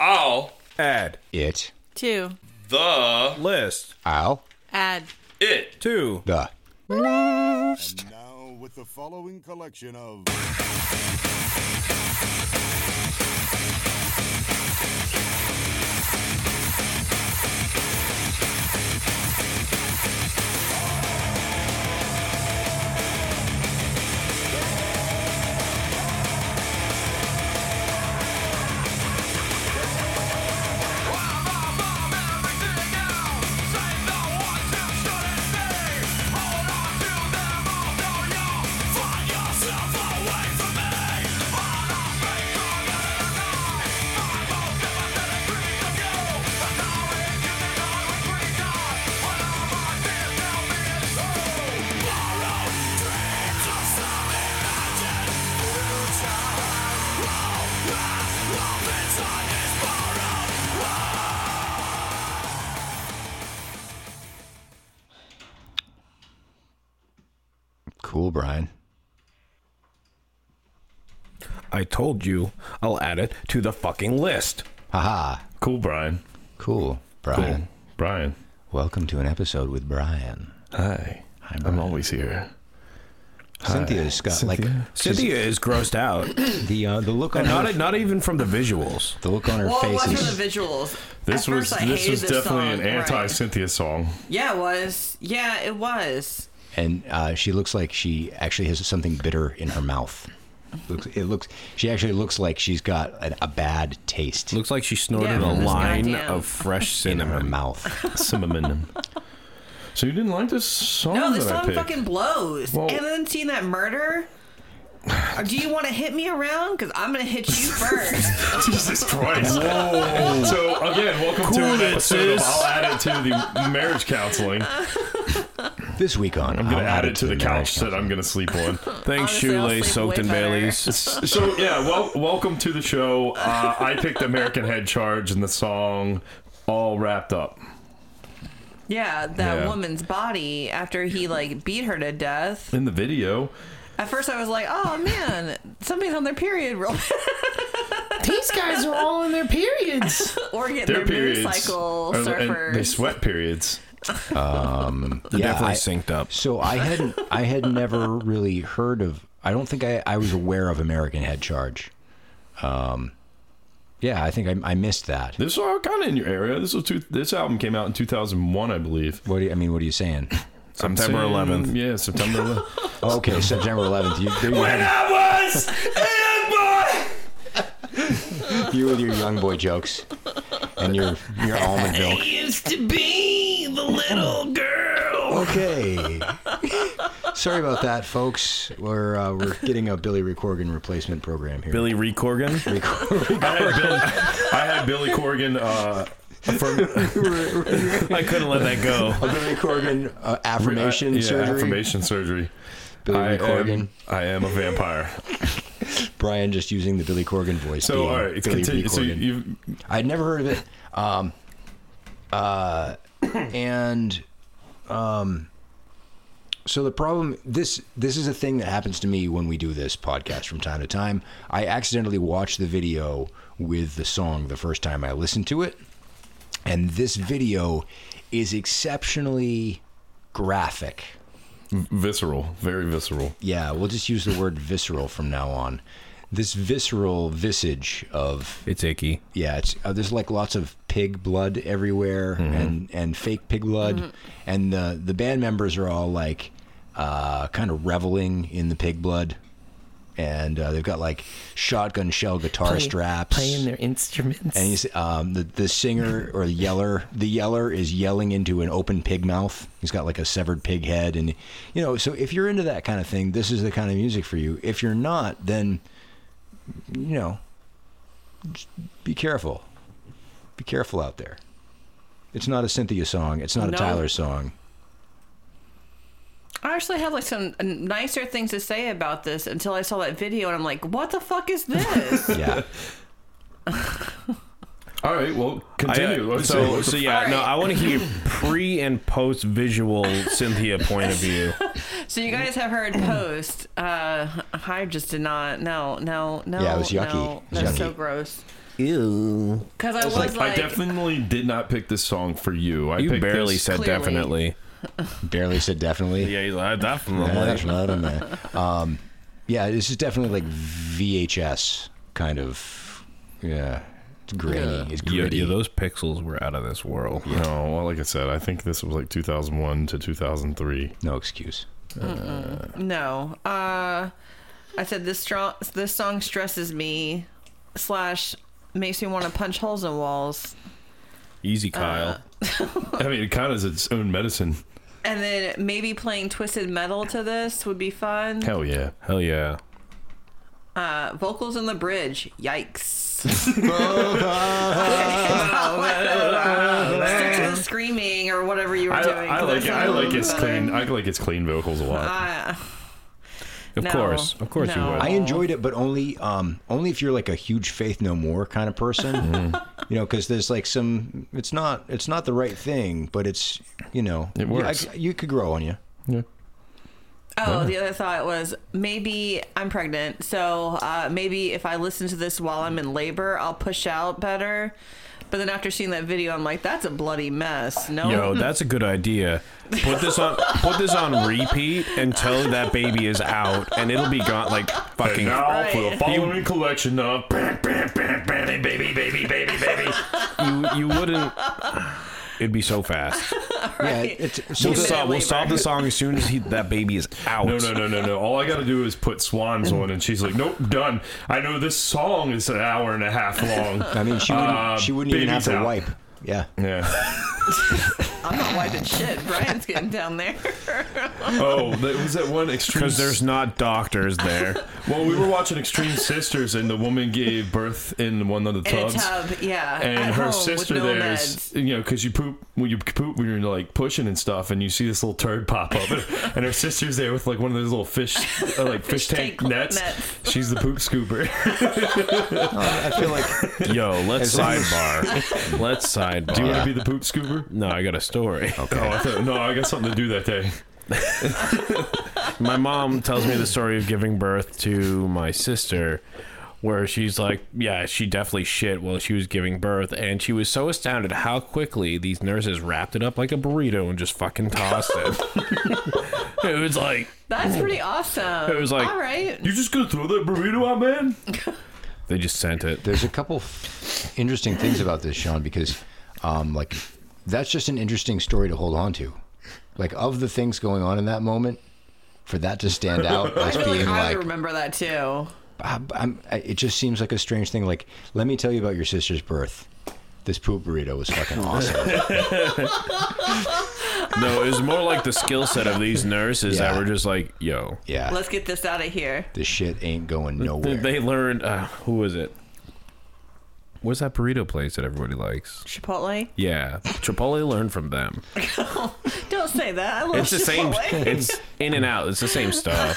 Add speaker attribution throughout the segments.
Speaker 1: I'll
Speaker 2: Add
Speaker 3: it,
Speaker 4: Two.
Speaker 1: the
Speaker 2: list
Speaker 3: I'll,
Speaker 4: Add.
Speaker 1: it
Speaker 2: to
Speaker 3: the.
Speaker 5: Now with the following collection of
Speaker 3: Cool, Brian.
Speaker 2: I told you I'll add it to the fucking list.
Speaker 3: Haha.
Speaker 6: Cool, Brian.
Speaker 3: Cool,
Speaker 6: Cool.
Speaker 3: Brian.
Speaker 6: Brian.
Speaker 3: Welcome to an episode with Brian.
Speaker 6: Hi. I'm, always here.
Speaker 3: Cynthia's got
Speaker 6: Cynthia?
Speaker 3: like
Speaker 2: Cynthia is grossed out.
Speaker 3: the uh, the look on
Speaker 2: And
Speaker 3: her,
Speaker 2: not not even from the visuals.
Speaker 3: the look on her
Speaker 7: Well, it
Speaker 3: face.
Speaker 7: was
Speaker 3: Is,
Speaker 7: from the visuals.
Speaker 6: This
Speaker 7: At
Speaker 6: was
Speaker 7: first, I
Speaker 6: this
Speaker 7: hated
Speaker 6: was definitely
Speaker 7: song,
Speaker 6: an anti
Speaker 7: Right.
Speaker 6: Cynthia song.
Speaker 7: Yeah, it was. Yeah, it was.
Speaker 3: and uh, she looks like she actually has something bitter in her mouth. Looks, it looks. She actually looks like she's got a, a bad taste
Speaker 2: Looks like she snorted
Speaker 7: Yeah,
Speaker 2: a
Speaker 7: that's
Speaker 2: line
Speaker 7: goddamn.
Speaker 2: of fresh
Speaker 3: in her
Speaker 2: cinnamon.
Speaker 3: mouth.
Speaker 6: Cinnamon. so you didn't like this song?
Speaker 7: No, this
Speaker 6: that I
Speaker 7: song
Speaker 6: picked?
Speaker 7: fucking blows.
Speaker 6: Well-
Speaker 7: and then seeing that murder. Or do you want to hit me around? Because I'm gonna hit you first.
Speaker 6: Jesus Christ. So again, welcome to
Speaker 2: Cool
Speaker 6: an
Speaker 2: it,
Speaker 6: episode of
Speaker 2: sis.
Speaker 6: I'll add it to the marriage counseling.
Speaker 3: this week on,
Speaker 6: I'm gonna add it to the couch that I'm gonna sleep on.
Speaker 2: Thanks,
Speaker 7: Honestly, I'll
Speaker 2: shoelace
Speaker 7: sleep
Speaker 2: soaked
Speaker 7: way
Speaker 2: in
Speaker 7: better.
Speaker 2: Bailey's.
Speaker 6: So yeah, well, welcome to the show. Uh, I picked American Head Charge and the song all wrapped up.
Speaker 7: yeah, that
Speaker 6: Yeah.
Speaker 7: woman's body after he like beat her to death.
Speaker 6: In the video,
Speaker 7: At first, I was like, "Oh man, somebody's on their period, real
Speaker 8: These guys are all in their periods.
Speaker 7: or getting
Speaker 6: their
Speaker 7: their,
Speaker 6: periods
Speaker 7: moon cycle
Speaker 6: are- and
Speaker 7: surfers."
Speaker 6: They sweat periods.
Speaker 2: They're
Speaker 3: Yeah,
Speaker 2: definitely
Speaker 3: I-
Speaker 2: synced up.
Speaker 3: So I hadn't, I had never really heard of. I don't think I, I was aware of American Head Charge. Um, yeah, I think I, I missed that.
Speaker 6: This are kind of in your area. This was two, this album came out in 2001, I believe.
Speaker 3: What do you, I mean? What are you saying? Oh,
Speaker 6: I'm
Speaker 2: September
Speaker 6: saying-
Speaker 2: 11th.
Speaker 6: Yeah, September 11th.
Speaker 3: Okay, September 11th. You, there you, have,
Speaker 1: I was a boy.
Speaker 3: you with your young boy jokes and your your almond milk.
Speaker 1: Used to be the little girl.
Speaker 3: Okay. Sorry about that, folks. We're uh, we're getting a Billy Ray Corgan replacement program here.
Speaker 2: Billy Ree Corgan.
Speaker 6: I had Billy, I had Billy Corgan. Uh, affirm-
Speaker 2: I couldn't let that go.
Speaker 3: A Billy Corgan uh, affirmation
Speaker 6: yeah,
Speaker 3: surgery.
Speaker 6: affirmation surgery.
Speaker 3: Billy
Speaker 6: I
Speaker 3: Ray Corgan.
Speaker 6: am, I am a vampire.
Speaker 3: Brian just using the Billy Corgan voice.
Speaker 6: So
Speaker 3: being
Speaker 6: all right, it's
Speaker 3: Billy Ray
Speaker 6: continue. So
Speaker 3: Corgan.
Speaker 6: you
Speaker 3: I'd never heard of it. Um, uh, and um, so the problem this this is a thing that happens to me when we do this podcast from time to time. I accidentally watch the video with the song the first time I listen to it, and this video is exceptionally graphic.
Speaker 6: visceral, very visceral.
Speaker 3: Yeah, we'll just use the word visceral from now on. This visceral visage of
Speaker 2: It's icky.
Speaker 3: yeah, it's uh, there's like lots of pig blood everywhere
Speaker 8: Mm-hmm.
Speaker 3: and and fake pig blood, and the the band members are all like uh, kind of reveling in the pig blood, and uh, they've got like shotgun shell guitar straps.
Speaker 8: Playing their instruments.
Speaker 3: and he's um, the the singer or the yeller. The yeller is yelling into an open pig mouth. He's got like a severed pig head, and you know. So if you're into that kind of thing, this is the kind of music for you. If you're not, then you know, just be careful. Be careful out there. It's not a Cynthia song. It's not a
Speaker 7: No.
Speaker 3: Tyler song.
Speaker 7: I actually had like some nicer things to say about this until I saw that video, and I'm like, "What the fuck is this?"
Speaker 3: Yeah.
Speaker 6: All right, well,
Speaker 2: I,
Speaker 6: continue.
Speaker 2: uh,
Speaker 6: Let's
Speaker 2: so,
Speaker 6: see.
Speaker 2: so yeah,
Speaker 7: All
Speaker 2: no,
Speaker 7: right.
Speaker 2: I want to hear pre and post visual Cynthia point of view.
Speaker 7: So you guys have heard post. Uh, I just did not. No, no, no.
Speaker 3: Yeah, it was yucky.
Speaker 7: No,
Speaker 3: It was
Speaker 7: that's
Speaker 3: yucky.
Speaker 7: so gross.
Speaker 2: Ew.
Speaker 7: Because I was like,
Speaker 6: I definitely did not pick this song for you. I
Speaker 2: You
Speaker 6: picked
Speaker 2: barely
Speaker 6: this-
Speaker 2: said
Speaker 7: Clearly.
Speaker 2: definitely.
Speaker 3: Barely said definitely.
Speaker 2: Yeah, he's like,
Speaker 3: Yeah,
Speaker 2: definitely.
Speaker 3: that's not in there. Um, yeah, this is definitely like VHS kind of. Yeah, it's grainy. It's
Speaker 2: Yeah,
Speaker 3: gritty.
Speaker 2: yeah, those pixels were out of this world.
Speaker 6: No, well, like I said, I think this was like 2001 to 2003.
Speaker 3: No excuse.
Speaker 7: no. Uh, I said this strong. This song stresses me, slash makes me want to punch holes in walls.
Speaker 2: Easy, Kyle.
Speaker 6: I mean, it kind of is its own medicine.
Speaker 7: And then maybe playing twisted metal to this would be fun.
Speaker 6: Hell yeah.
Speaker 2: Hell yeah.
Speaker 7: Uh, vocals in the bridge. Yikes. Stick to the screaming or whatever you were
Speaker 6: I,
Speaker 7: doing.
Speaker 6: I
Speaker 7: 'cause
Speaker 6: like it. I like its
Speaker 7: sounds
Speaker 6: clean.
Speaker 7: better.
Speaker 6: I like its clean vocals a lot.
Speaker 7: Uh,
Speaker 2: Of
Speaker 7: No.
Speaker 2: course. Of course
Speaker 7: No.
Speaker 2: you would.
Speaker 3: I enjoyed it, but only um, only if you're like a huge Faith No More kind of person.
Speaker 6: Mm-hmm.
Speaker 3: you know, because there's like some. It's not. It's not the right thing, but it's. You know,
Speaker 6: It works.
Speaker 3: yeah, I- you could grow on you.
Speaker 7: oh, the other thought was maybe I'm pregnant, so uh, maybe if I listen to this while I'm in labor, I'll push out better. But then after seeing that video, I'm like, that's a bloody mess. No,
Speaker 2: Yo, that's a good idea. Put this on put this on repeat until that baby is out and it'll be gone like fucking
Speaker 6: now for the
Speaker 7: Right.
Speaker 6: following collection of bam, bam, bam, bam, baby, baby, baby, baby.
Speaker 2: you you wouldn't it'd be so fast.
Speaker 3: Yeah, it's so
Speaker 2: We'll
Speaker 7: Two-minute
Speaker 2: stop we'll
Speaker 7: labor.
Speaker 2: stop the song as soon as he, that baby is out.
Speaker 6: No, no, no, no, no. All I got to do is put swans on, and she's like, "Nope, done." I know this song is an hour and a half long.
Speaker 3: I mean, she wouldn't.
Speaker 6: Uh,
Speaker 3: she wouldn't even have
Speaker 6: baby's
Speaker 3: to
Speaker 6: out.
Speaker 3: wipe. Yeah.
Speaker 6: Yeah.
Speaker 7: I'm not wiping shit. Brian's getting down there.
Speaker 6: Oh, that was that one extreme.
Speaker 2: Because there's not doctors there.
Speaker 6: Well, we were watching Extreme Sisters, and the woman gave birth in one of the
Speaker 7: In a
Speaker 6: tubs.
Speaker 7: tub, yeah.
Speaker 6: And
Speaker 7: at
Speaker 6: her
Speaker 7: home
Speaker 6: sister
Speaker 7: with no
Speaker 6: there
Speaker 7: meds.
Speaker 6: is, you know, because you poop when you poop when you're like pushing and stuff, and you see this little turd pop up, and, and her sister's there with like one of those little fish, uh, like fish, tank,
Speaker 7: tank
Speaker 6: nets.
Speaker 7: nets.
Speaker 6: She's the poop scooper.
Speaker 3: No, I I feel like.
Speaker 2: Yo,
Speaker 3: As
Speaker 2: let's
Speaker 3: long as-
Speaker 2: sidebar. Let's sidebar.
Speaker 6: Do you want to be the poop scooper?
Speaker 2: no, I got a story.
Speaker 6: Oh, I thought, no, I got something to do that day.
Speaker 2: my mom tells me the story of giving birth to my sister where she's like yeah she definitely shit while she was giving birth and she was so astounded how quickly these nurses wrapped it up like a burrito and just fucking tossed it it was like
Speaker 7: That's pretty awesome.
Speaker 2: Oh. It was like-
Speaker 7: all right.
Speaker 6: You just gonna throw that burrito out, man?
Speaker 2: they just sent it
Speaker 3: There's a couple f- interesting things about this, Sean, because um, like that's just an interesting story to hold on to. Like of the things going on in that moment, for that to stand out as
Speaker 7: I feel like
Speaker 3: being
Speaker 7: I would
Speaker 3: like,
Speaker 7: remember that too.
Speaker 3: i I'm, I- it just seems like a strange thing. Like, let me tell you about your sister's birth. This poop burrito was fucking awesome.
Speaker 2: no it was more like the skill set of these nurses that
Speaker 3: Yeah.
Speaker 2: were just like yo
Speaker 3: Yeah,
Speaker 7: Let's get this out of here.
Speaker 3: this shit ain't going
Speaker 2: they,
Speaker 3: nowhere.
Speaker 2: they learned uh, who was it what's that burrito place that everybody likes
Speaker 7: Chipotle?
Speaker 2: yeah chipotle learned from them
Speaker 7: Don't say that. I love
Speaker 2: It's the same.
Speaker 7: Chipotle.
Speaker 2: It's in and out. It's the same stuff.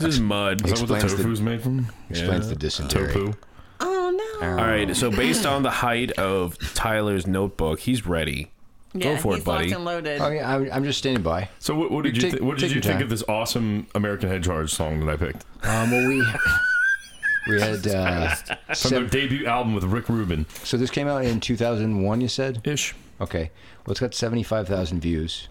Speaker 2: this is mud.
Speaker 6: Is that what the
Speaker 3: Explains the-
Speaker 6: tofu's made from?
Speaker 3: Explains the dysentery.
Speaker 6: Tofu.
Speaker 7: Oh no.
Speaker 2: All right. So based on the height of Tyler's notebook, he's ready.
Speaker 7: Yeah,
Speaker 2: Go for
Speaker 7: he's
Speaker 2: it, buddy.
Speaker 7: locked and loaded.
Speaker 3: I mean, Oh, I'm, I'm just standing by.
Speaker 6: So what, what did you
Speaker 3: Take-
Speaker 6: thi- what did
Speaker 3: take
Speaker 6: you
Speaker 3: your
Speaker 6: think
Speaker 3: time.
Speaker 6: of this awesome American Head Charge song that I picked
Speaker 3: Um, well, we we had uh,
Speaker 6: from
Speaker 3: seven,
Speaker 6: their debut album with Rick Rubin?
Speaker 3: so this came out in 2001. You said
Speaker 6: Ish.
Speaker 3: Okay. Well, it's got 75,000 views.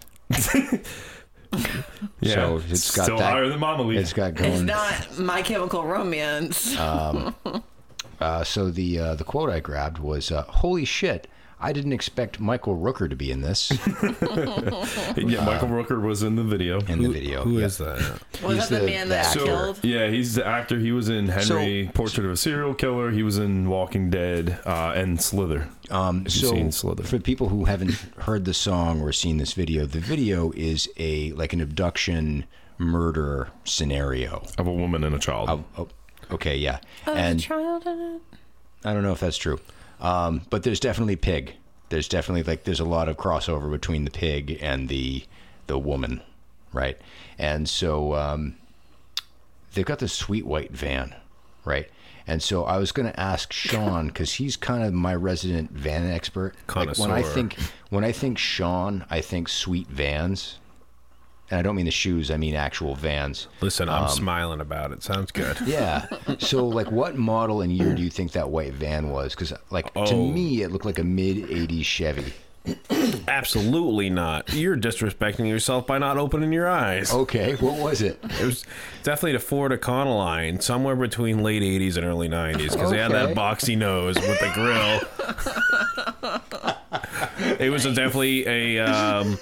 Speaker 6: Yeah.
Speaker 3: So it's got
Speaker 6: still
Speaker 3: that-
Speaker 6: higher than Mama Lee.
Speaker 3: It's got
Speaker 7: It's
Speaker 3: going.
Speaker 7: not My Chemical Romance.
Speaker 3: Uh, so the uh, the quote I grabbed was, uh, "Holy shit! I didn't expect Michael Rooker to be in this
Speaker 6: yeah, Michael Rooker was in the video.
Speaker 3: uh, in the video."
Speaker 2: Who
Speaker 3: Yeah.
Speaker 2: is that?
Speaker 7: was
Speaker 3: he's
Speaker 7: that the,
Speaker 3: the-
Speaker 7: man
Speaker 3: the
Speaker 7: that
Speaker 3: actor.
Speaker 7: killed?
Speaker 6: Yeah, he's the actor. He was in Henry, Portrait of a Serial Killer. He was in Walking Dead uh, and Slither.
Speaker 3: Um,
Speaker 6: If
Speaker 3: so
Speaker 6: you've seen Slither.
Speaker 3: for people who haven't heard the song or seen this video, the video is a like an abduction murder scenario.
Speaker 6: of a woman and a child.
Speaker 3: Oh, okay, yeah,
Speaker 7: Oh,
Speaker 3: and
Speaker 7: Child in it?
Speaker 3: I don't know if that's true, um, but there's definitely pig. There's definitely like there's a lot of crossover between the pig and the the woman, right? And so um, they've got this sweet white van, right? And so I was going to ask Sean because he's kind of my resident van expert. Like when I
Speaker 2: Connoisseur.
Speaker 3: think when I think Sean, I think sweet vans. And I don't mean the shoes, I mean actual Vans.
Speaker 2: Listen,
Speaker 3: Um,
Speaker 2: I'm smiling about it. Sounds good.
Speaker 3: Yeah. so, like, what model and year do you think that white van was? Because, like, to
Speaker 2: Oh.
Speaker 3: me, it looked like a mid 80s Chevy.
Speaker 2: Absolutely not. You're disrespecting yourself by not opening your eyes.
Speaker 3: Okay, what was it?
Speaker 2: It was definitely the Ford Econoline, somewhere between late 80s and early 90s, because they had that
Speaker 3: Okay.
Speaker 2: boxy nose with the grill. it was definitely a. Um,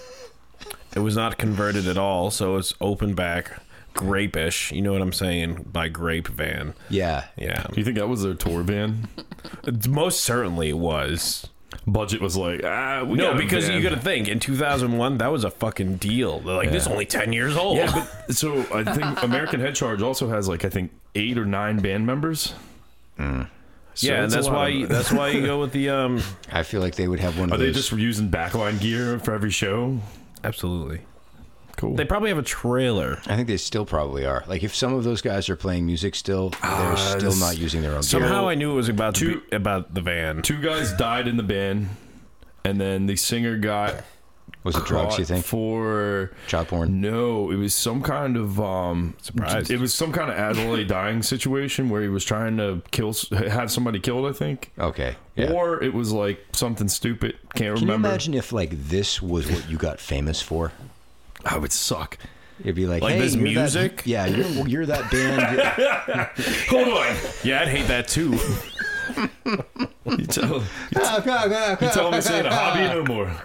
Speaker 2: it was not converted at all, so it's open back, grapish. You know what I'm saying by grape van.
Speaker 3: Yeah.
Speaker 2: Yeah,
Speaker 6: Do you think that was their tour van?
Speaker 2: most certainly it was.
Speaker 6: Budget was like, ah, we
Speaker 2: No,
Speaker 6: got a
Speaker 2: because
Speaker 6: van.
Speaker 2: you got to think in 2001 that was a fucking deal. They're like, this is only 10 years old.
Speaker 6: Yeah, but so I think American Head Charge also has like I think eight or nine band members. So
Speaker 2: yeah, and
Speaker 6: a
Speaker 2: that's
Speaker 6: lot
Speaker 2: why
Speaker 6: of-
Speaker 2: that's why you go with the um.
Speaker 3: I feel like they would have one of
Speaker 6: Are
Speaker 3: those.
Speaker 6: they just using backline gear for every show?
Speaker 2: Absolutely.
Speaker 6: Cool.
Speaker 2: They probably have a trailer.
Speaker 3: I think they still probably are. Like, if some of those guys are playing music still, they're still
Speaker 6: this-
Speaker 3: not using their own gear.
Speaker 2: Somehow I knew it was about the,
Speaker 6: Two-
Speaker 2: be- about the van.
Speaker 6: Two guys died in the band, and then the singer got
Speaker 3: Was it drugs,
Speaker 6: caught
Speaker 3: you think?
Speaker 6: for
Speaker 3: Child porn?
Speaker 6: no, it was some kind of um
Speaker 2: Surprised.
Speaker 6: It was some kind of adolescent dying situation where he was trying to kill s- have somebody killed, I think.
Speaker 3: Okay. Oh, Yeah.
Speaker 6: Or it was like something stupid. Can't
Speaker 3: Can you
Speaker 6: remember.
Speaker 3: imagine if, like, this was what you got famous for?
Speaker 6: I would suck.
Speaker 3: It'd be like,
Speaker 2: Like
Speaker 3: hey,
Speaker 2: this
Speaker 3: you're that-
Speaker 2: music?
Speaker 3: yeah, you're, well, you're that band.
Speaker 6: Hold on.
Speaker 2: Yeah, I'd hate that too.
Speaker 6: You tell, you tell me say the hobby no more.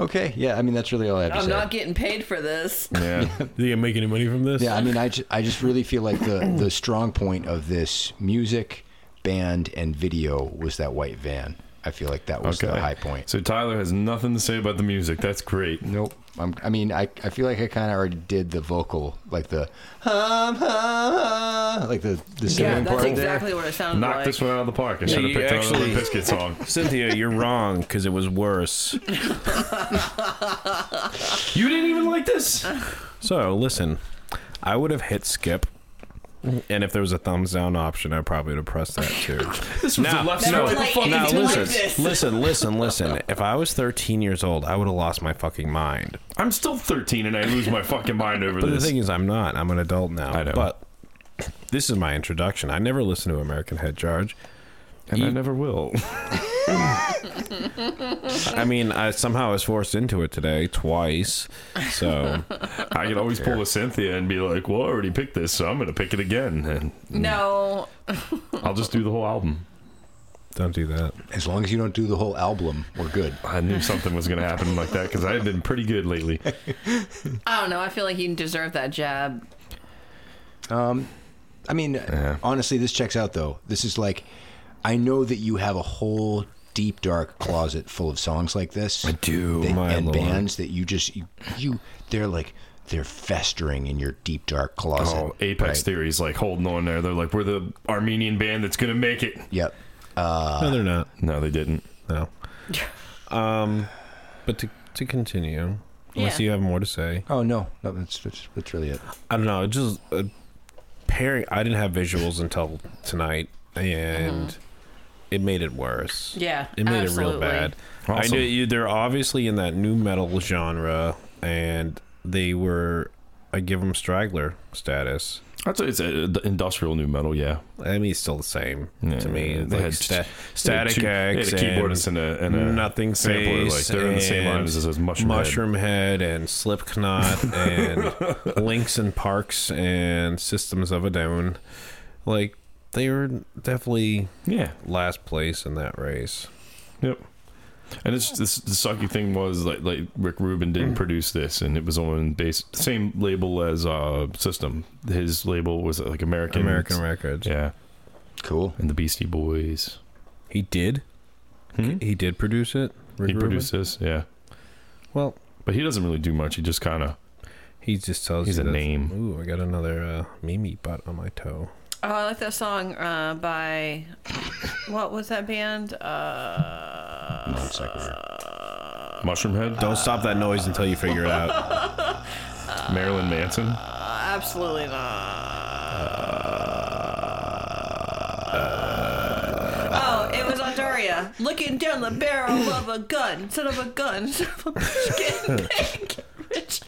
Speaker 3: okay, yeah. I mean, that's really all I have to
Speaker 7: I'm
Speaker 3: say.
Speaker 7: not getting paid for this.
Speaker 6: Yeah.
Speaker 2: Do you make any money from this?
Speaker 3: yeah, I mean, I just, I just really feel like the the strong point of this music, band, and video was that white van. I feel like that was the high point.
Speaker 6: So Tyler has nothing to say about the music. That's great.
Speaker 3: Nope. I'm, I mean, I, I feel like I kind of already did the vocal, like the hum, hum, hum, like the the
Speaker 7: Yeah,
Speaker 3: singing
Speaker 7: that's
Speaker 3: part
Speaker 7: exactly what it sounds
Speaker 6: Knock
Speaker 7: like.
Speaker 6: this one out of the park. I
Speaker 2: Yeah,
Speaker 6: should have
Speaker 2: you
Speaker 6: picked another
Speaker 2: actually-
Speaker 6: Biscuit song.
Speaker 2: Cynthia, you're wrong because it was worse.
Speaker 6: You didn't even like this.
Speaker 2: So listen, I would have hit skip, and if there was a thumbs down option, I probably would have pressed that too.
Speaker 6: This was
Speaker 2: Now-
Speaker 6: a left
Speaker 7: Never
Speaker 2: now,
Speaker 6: field.
Speaker 7: played
Speaker 6: Fuck
Speaker 2: now
Speaker 7: anything like
Speaker 2: listen,
Speaker 7: this.
Speaker 2: listen, listen, listen. If I was 13 years old, I would have lost my fucking mind.
Speaker 6: I'm still 13 and I lose my fucking mind over
Speaker 2: But the
Speaker 6: this.
Speaker 2: thing is, I'm not. I'm an adult now.
Speaker 6: I know.
Speaker 2: But this is my introduction. I never listened to American Head Charge.
Speaker 6: and I never will.
Speaker 2: I mean, I somehow was forced into it today twice. So
Speaker 6: I can always pull a Cynthia and be like, "Well, I already picked this, so I'm gonna pick it again, and
Speaker 7: No,
Speaker 6: I'll just do the whole album."
Speaker 2: don't do that.
Speaker 3: As long as you don't do the whole album, we're good.
Speaker 6: I knew something was gonna happen like that because I've been pretty good lately.
Speaker 7: I don't know. I feel like you deserve that jab.
Speaker 3: I mean, honestly, this checks out though. This is like, I know that you have a whole deep dark closet full of songs like this. I
Speaker 2: do, my
Speaker 3: and
Speaker 2: lord.
Speaker 3: bands that you just you, you they're like they're festering in your deep dark closet.
Speaker 6: Oh,
Speaker 3: right?
Speaker 6: Apex Theory's like holding on there. They're like, "We're the Armenian band that's gonna make it."
Speaker 3: Yep.
Speaker 2: no, they're not.
Speaker 6: No, they didn't.
Speaker 2: No. Um, but to to continue, unless
Speaker 7: Yeah.
Speaker 2: you have more to say,
Speaker 3: Oh no, no, that's that's, that's really it.
Speaker 2: I don't know. It just uh, pairing. I didn't have visuals until tonight, and it made it worse.
Speaker 7: Uh-huh. Yeah,
Speaker 2: it made it real
Speaker 7: absolutely.
Speaker 2: bad. I
Speaker 6: Awesome.
Speaker 2: knew you, they're obviously in that new metal genre, and they were. I give them straggler status.
Speaker 6: That's it's uh, d- industrial new metal, yeah.
Speaker 2: I mean, it's still the same
Speaker 6: Yeah,
Speaker 2: to me.
Speaker 6: yeah,
Speaker 2: It's
Speaker 6: they
Speaker 2: like
Speaker 6: had
Speaker 2: sta-
Speaker 6: two-
Speaker 2: static
Speaker 6: they had
Speaker 2: X,
Speaker 6: two- they had a keyboardist and a- and a
Speaker 2: nothing
Speaker 6: sampler,
Speaker 2: sampler.
Speaker 6: like, they're in the same lines as Mushroom Head.
Speaker 2: Head and Slipknot and Links and Parks and Systems of a Down. Like they were definitely
Speaker 6: Yeah.
Speaker 2: last place in that race.
Speaker 6: Yep. And it's this the sucky thing was like like Rick Rubin
Speaker 2: Mm.
Speaker 6: didn't produce this, and it was on base same label as uh System. His label was uh, like American
Speaker 2: American Records.
Speaker 6: Hmm. yeah,
Speaker 3: Cool.
Speaker 6: and the Beastie Boys.
Speaker 2: He did. He did produce it. Rick
Speaker 6: Hmm? he
Speaker 2: Rubin?
Speaker 6: produced this, yeah.
Speaker 2: Well,
Speaker 6: But he doesn't really do much. He just kind of
Speaker 2: he just tells
Speaker 6: He's
Speaker 2: you
Speaker 6: a
Speaker 2: that-
Speaker 6: name.
Speaker 2: Ooh, I got another uh, Mimi butt on my toe.
Speaker 7: Oh, I like that song uh, by what was that band? Uh,
Speaker 3: No, it's like weird.
Speaker 6: Mushroom Head,
Speaker 2: Don't stop that noise until you figure it out.
Speaker 6: Marilyn Manson.
Speaker 7: absolutely not. Oh, it was Andaria. Looking down the barrel of a gun, son of a gun, son of a bitch, get back, bitch.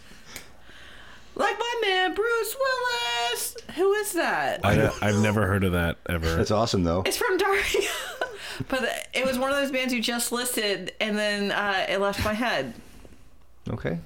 Speaker 7: Like my man Bruce Willis. Who is that?
Speaker 2: I, I've never heard of that ever.
Speaker 3: That's awesome, though.
Speaker 2: Uh,
Speaker 7: It's from Daria. but it was one of those bands you just listed, and then uh, it left my head.
Speaker 3: Okay.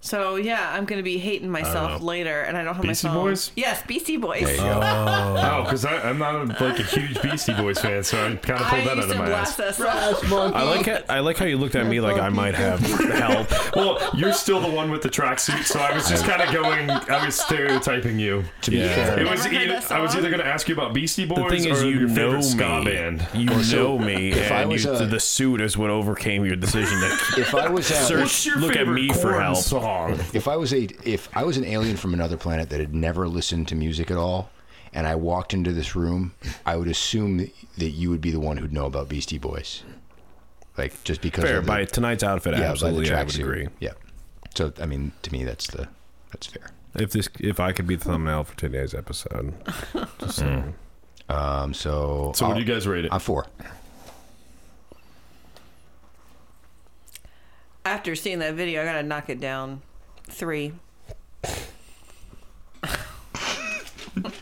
Speaker 7: So yeah, I'm gonna be hating myself later, and I don't have
Speaker 6: Beastie
Speaker 7: my phone.
Speaker 6: Boys?
Speaker 7: Yes, Beastie Boys.
Speaker 6: Oh, because I'm not a, like a huge Beastie Boys fan, so I kind of
Speaker 7: I
Speaker 6: pulled that out
Speaker 7: used
Speaker 6: of
Speaker 7: to
Speaker 6: my
Speaker 7: blast
Speaker 6: ass.
Speaker 7: that song.
Speaker 2: I like it. I like how you looked at me like I might have help.
Speaker 6: Well, you're still the one with the tracksuit, so I was just kind of going. I was stereotyping you.
Speaker 3: To be
Speaker 2: Yeah.
Speaker 3: fair,
Speaker 6: It was
Speaker 7: Never heard
Speaker 6: either,
Speaker 7: that
Speaker 6: I was
Speaker 7: song.
Speaker 6: either going to ask you about Beastie Boys
Speaker 2: The thing is,
Speaker 6: or
Speaker 2: you
Speaker 6: your
Speaker 2: know
Speaker 6: favorite
Speaker 2: me.
Speaker 6: ska band.
Speaker 2: You know me,
Speaker 3: if I
Speaker 2: and
Speaker 3: was
Speaker 2: you,
Speaker 3: a-
Speaker 2: the suit is what overcame your decision to
Speaker 3: if I was out,
Speaker 2: Sir-
Speaker 6: What's your
Speaker 2: Look at
Speaker 6: favorite
Speaker 2: me for
Speaker 6: Korn
Speaker 2: help.
Speaker 6: song?
Speaker 3: if I was a if I was an alien from another planet that had never listened to music at all, and I walked into this room, I would assume that you would be the one who'd know about Beastie Boys, like just because
Speaker 2: fair
Speaker 3: of the,
Speaker 2: by tonight's outfit.
Speaker 3: yeah, by the
Speaker 2: absolutely, I would
Speaker 3: tracksuit.
Speaker 2: agree.
Speaker 3: Yeah. So I mean, to me, that's the that's fair.
Speaker 2: If this, if I could be the thumbnail for today's episode, Just saying.
Speaker 3: Um, so
Speaker 6: So, what
Speaker 3: I'll-
Speaker 6: do you guys rate it?
Speaker 3: I'm four.
Speaker 7: After seeing that video, I gotta knock it down three.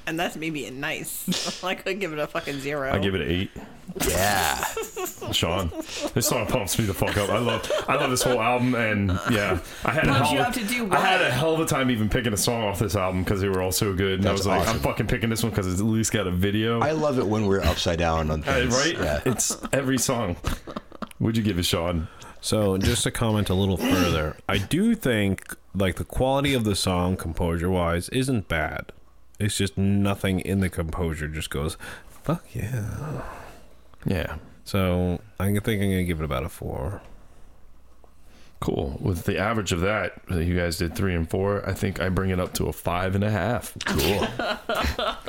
Speaker 7: and that's me being nice. I could give it a fucking zero.
Speaker 6: I give it an eight.
Speaker 3: Yeah.
Speaker 6: Sean, this song pumps me the fuck up. I love, I love this whole album, and yeah, I had a
Speaker 7: Pumps
Speaker 6: hell,
Speaker 7: you up to do
Speaker 6: I had
Speaker 7: what?
Speaker 6: a hell of a time even picking a song off this album because they were all so good. And I
Speaker 3: That's
Speaker 6: was like,
Speaker 3: awesome.
Speaker 6: I'm fucking picking this one because it's at least got a video,
Speaker 3: I love it when we're upside down on
Speaker 6: Uh,
Speaker 3: things.
Speaker 6: right?
Speaker 3: Yeah.
Speaker 6: It's every song. Would you give it, Sean?
Speaker 2: So, just to comment a little further, I do think like the quality of the song, composure wise, isn't bad. It's just nothing in the composure just goes, fuck yeah.
Speaker 6: Yeah,
Speaker 2: So, I think I'm gonna give it about a four.
Speaker 6: cool. With the average of that, that you guys did three and four. I think I bring it up to a five and a half. Cool,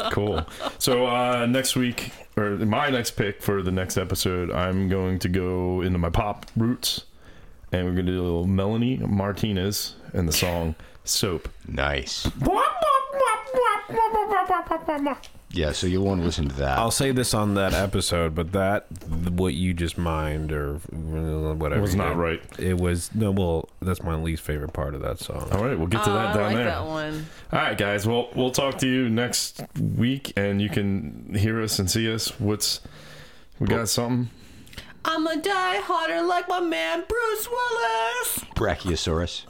Speaker 6: cool. So uh, next week, or my next pick for the next episode, I'm going to go into my pop roots, and we're going to do Melanie Martinez and the song "Soap."
Speaker 3: Nice. Yeah. So you'll want to listen to that.
Speaker 2: I'll say this on that episode, but that th- what you just mined or uh, whatever
Speaker 6: Was
Speaker 2: you
Speaker 6: not
Speaker 2: did,
Speaker 6: right.
Speaker 2: It was no. Well, that's my least favorite part of that song.
Speaker 6: All right, we'll get to
Speaker 7: Oh,
Speaker 6: that
Speaker 7: I
Speaker 6: down
Speaker 7: like
Speaker 6: there.
Speaker 7: that one.
Speaker 6: All right, guys. Well, we'll talk to you next week, and you can hear us and see us. What's we got? Something.
Speaker 7: I'm a die harder like my man Bruce Willis.
Speaker 3: Brachiosaurus.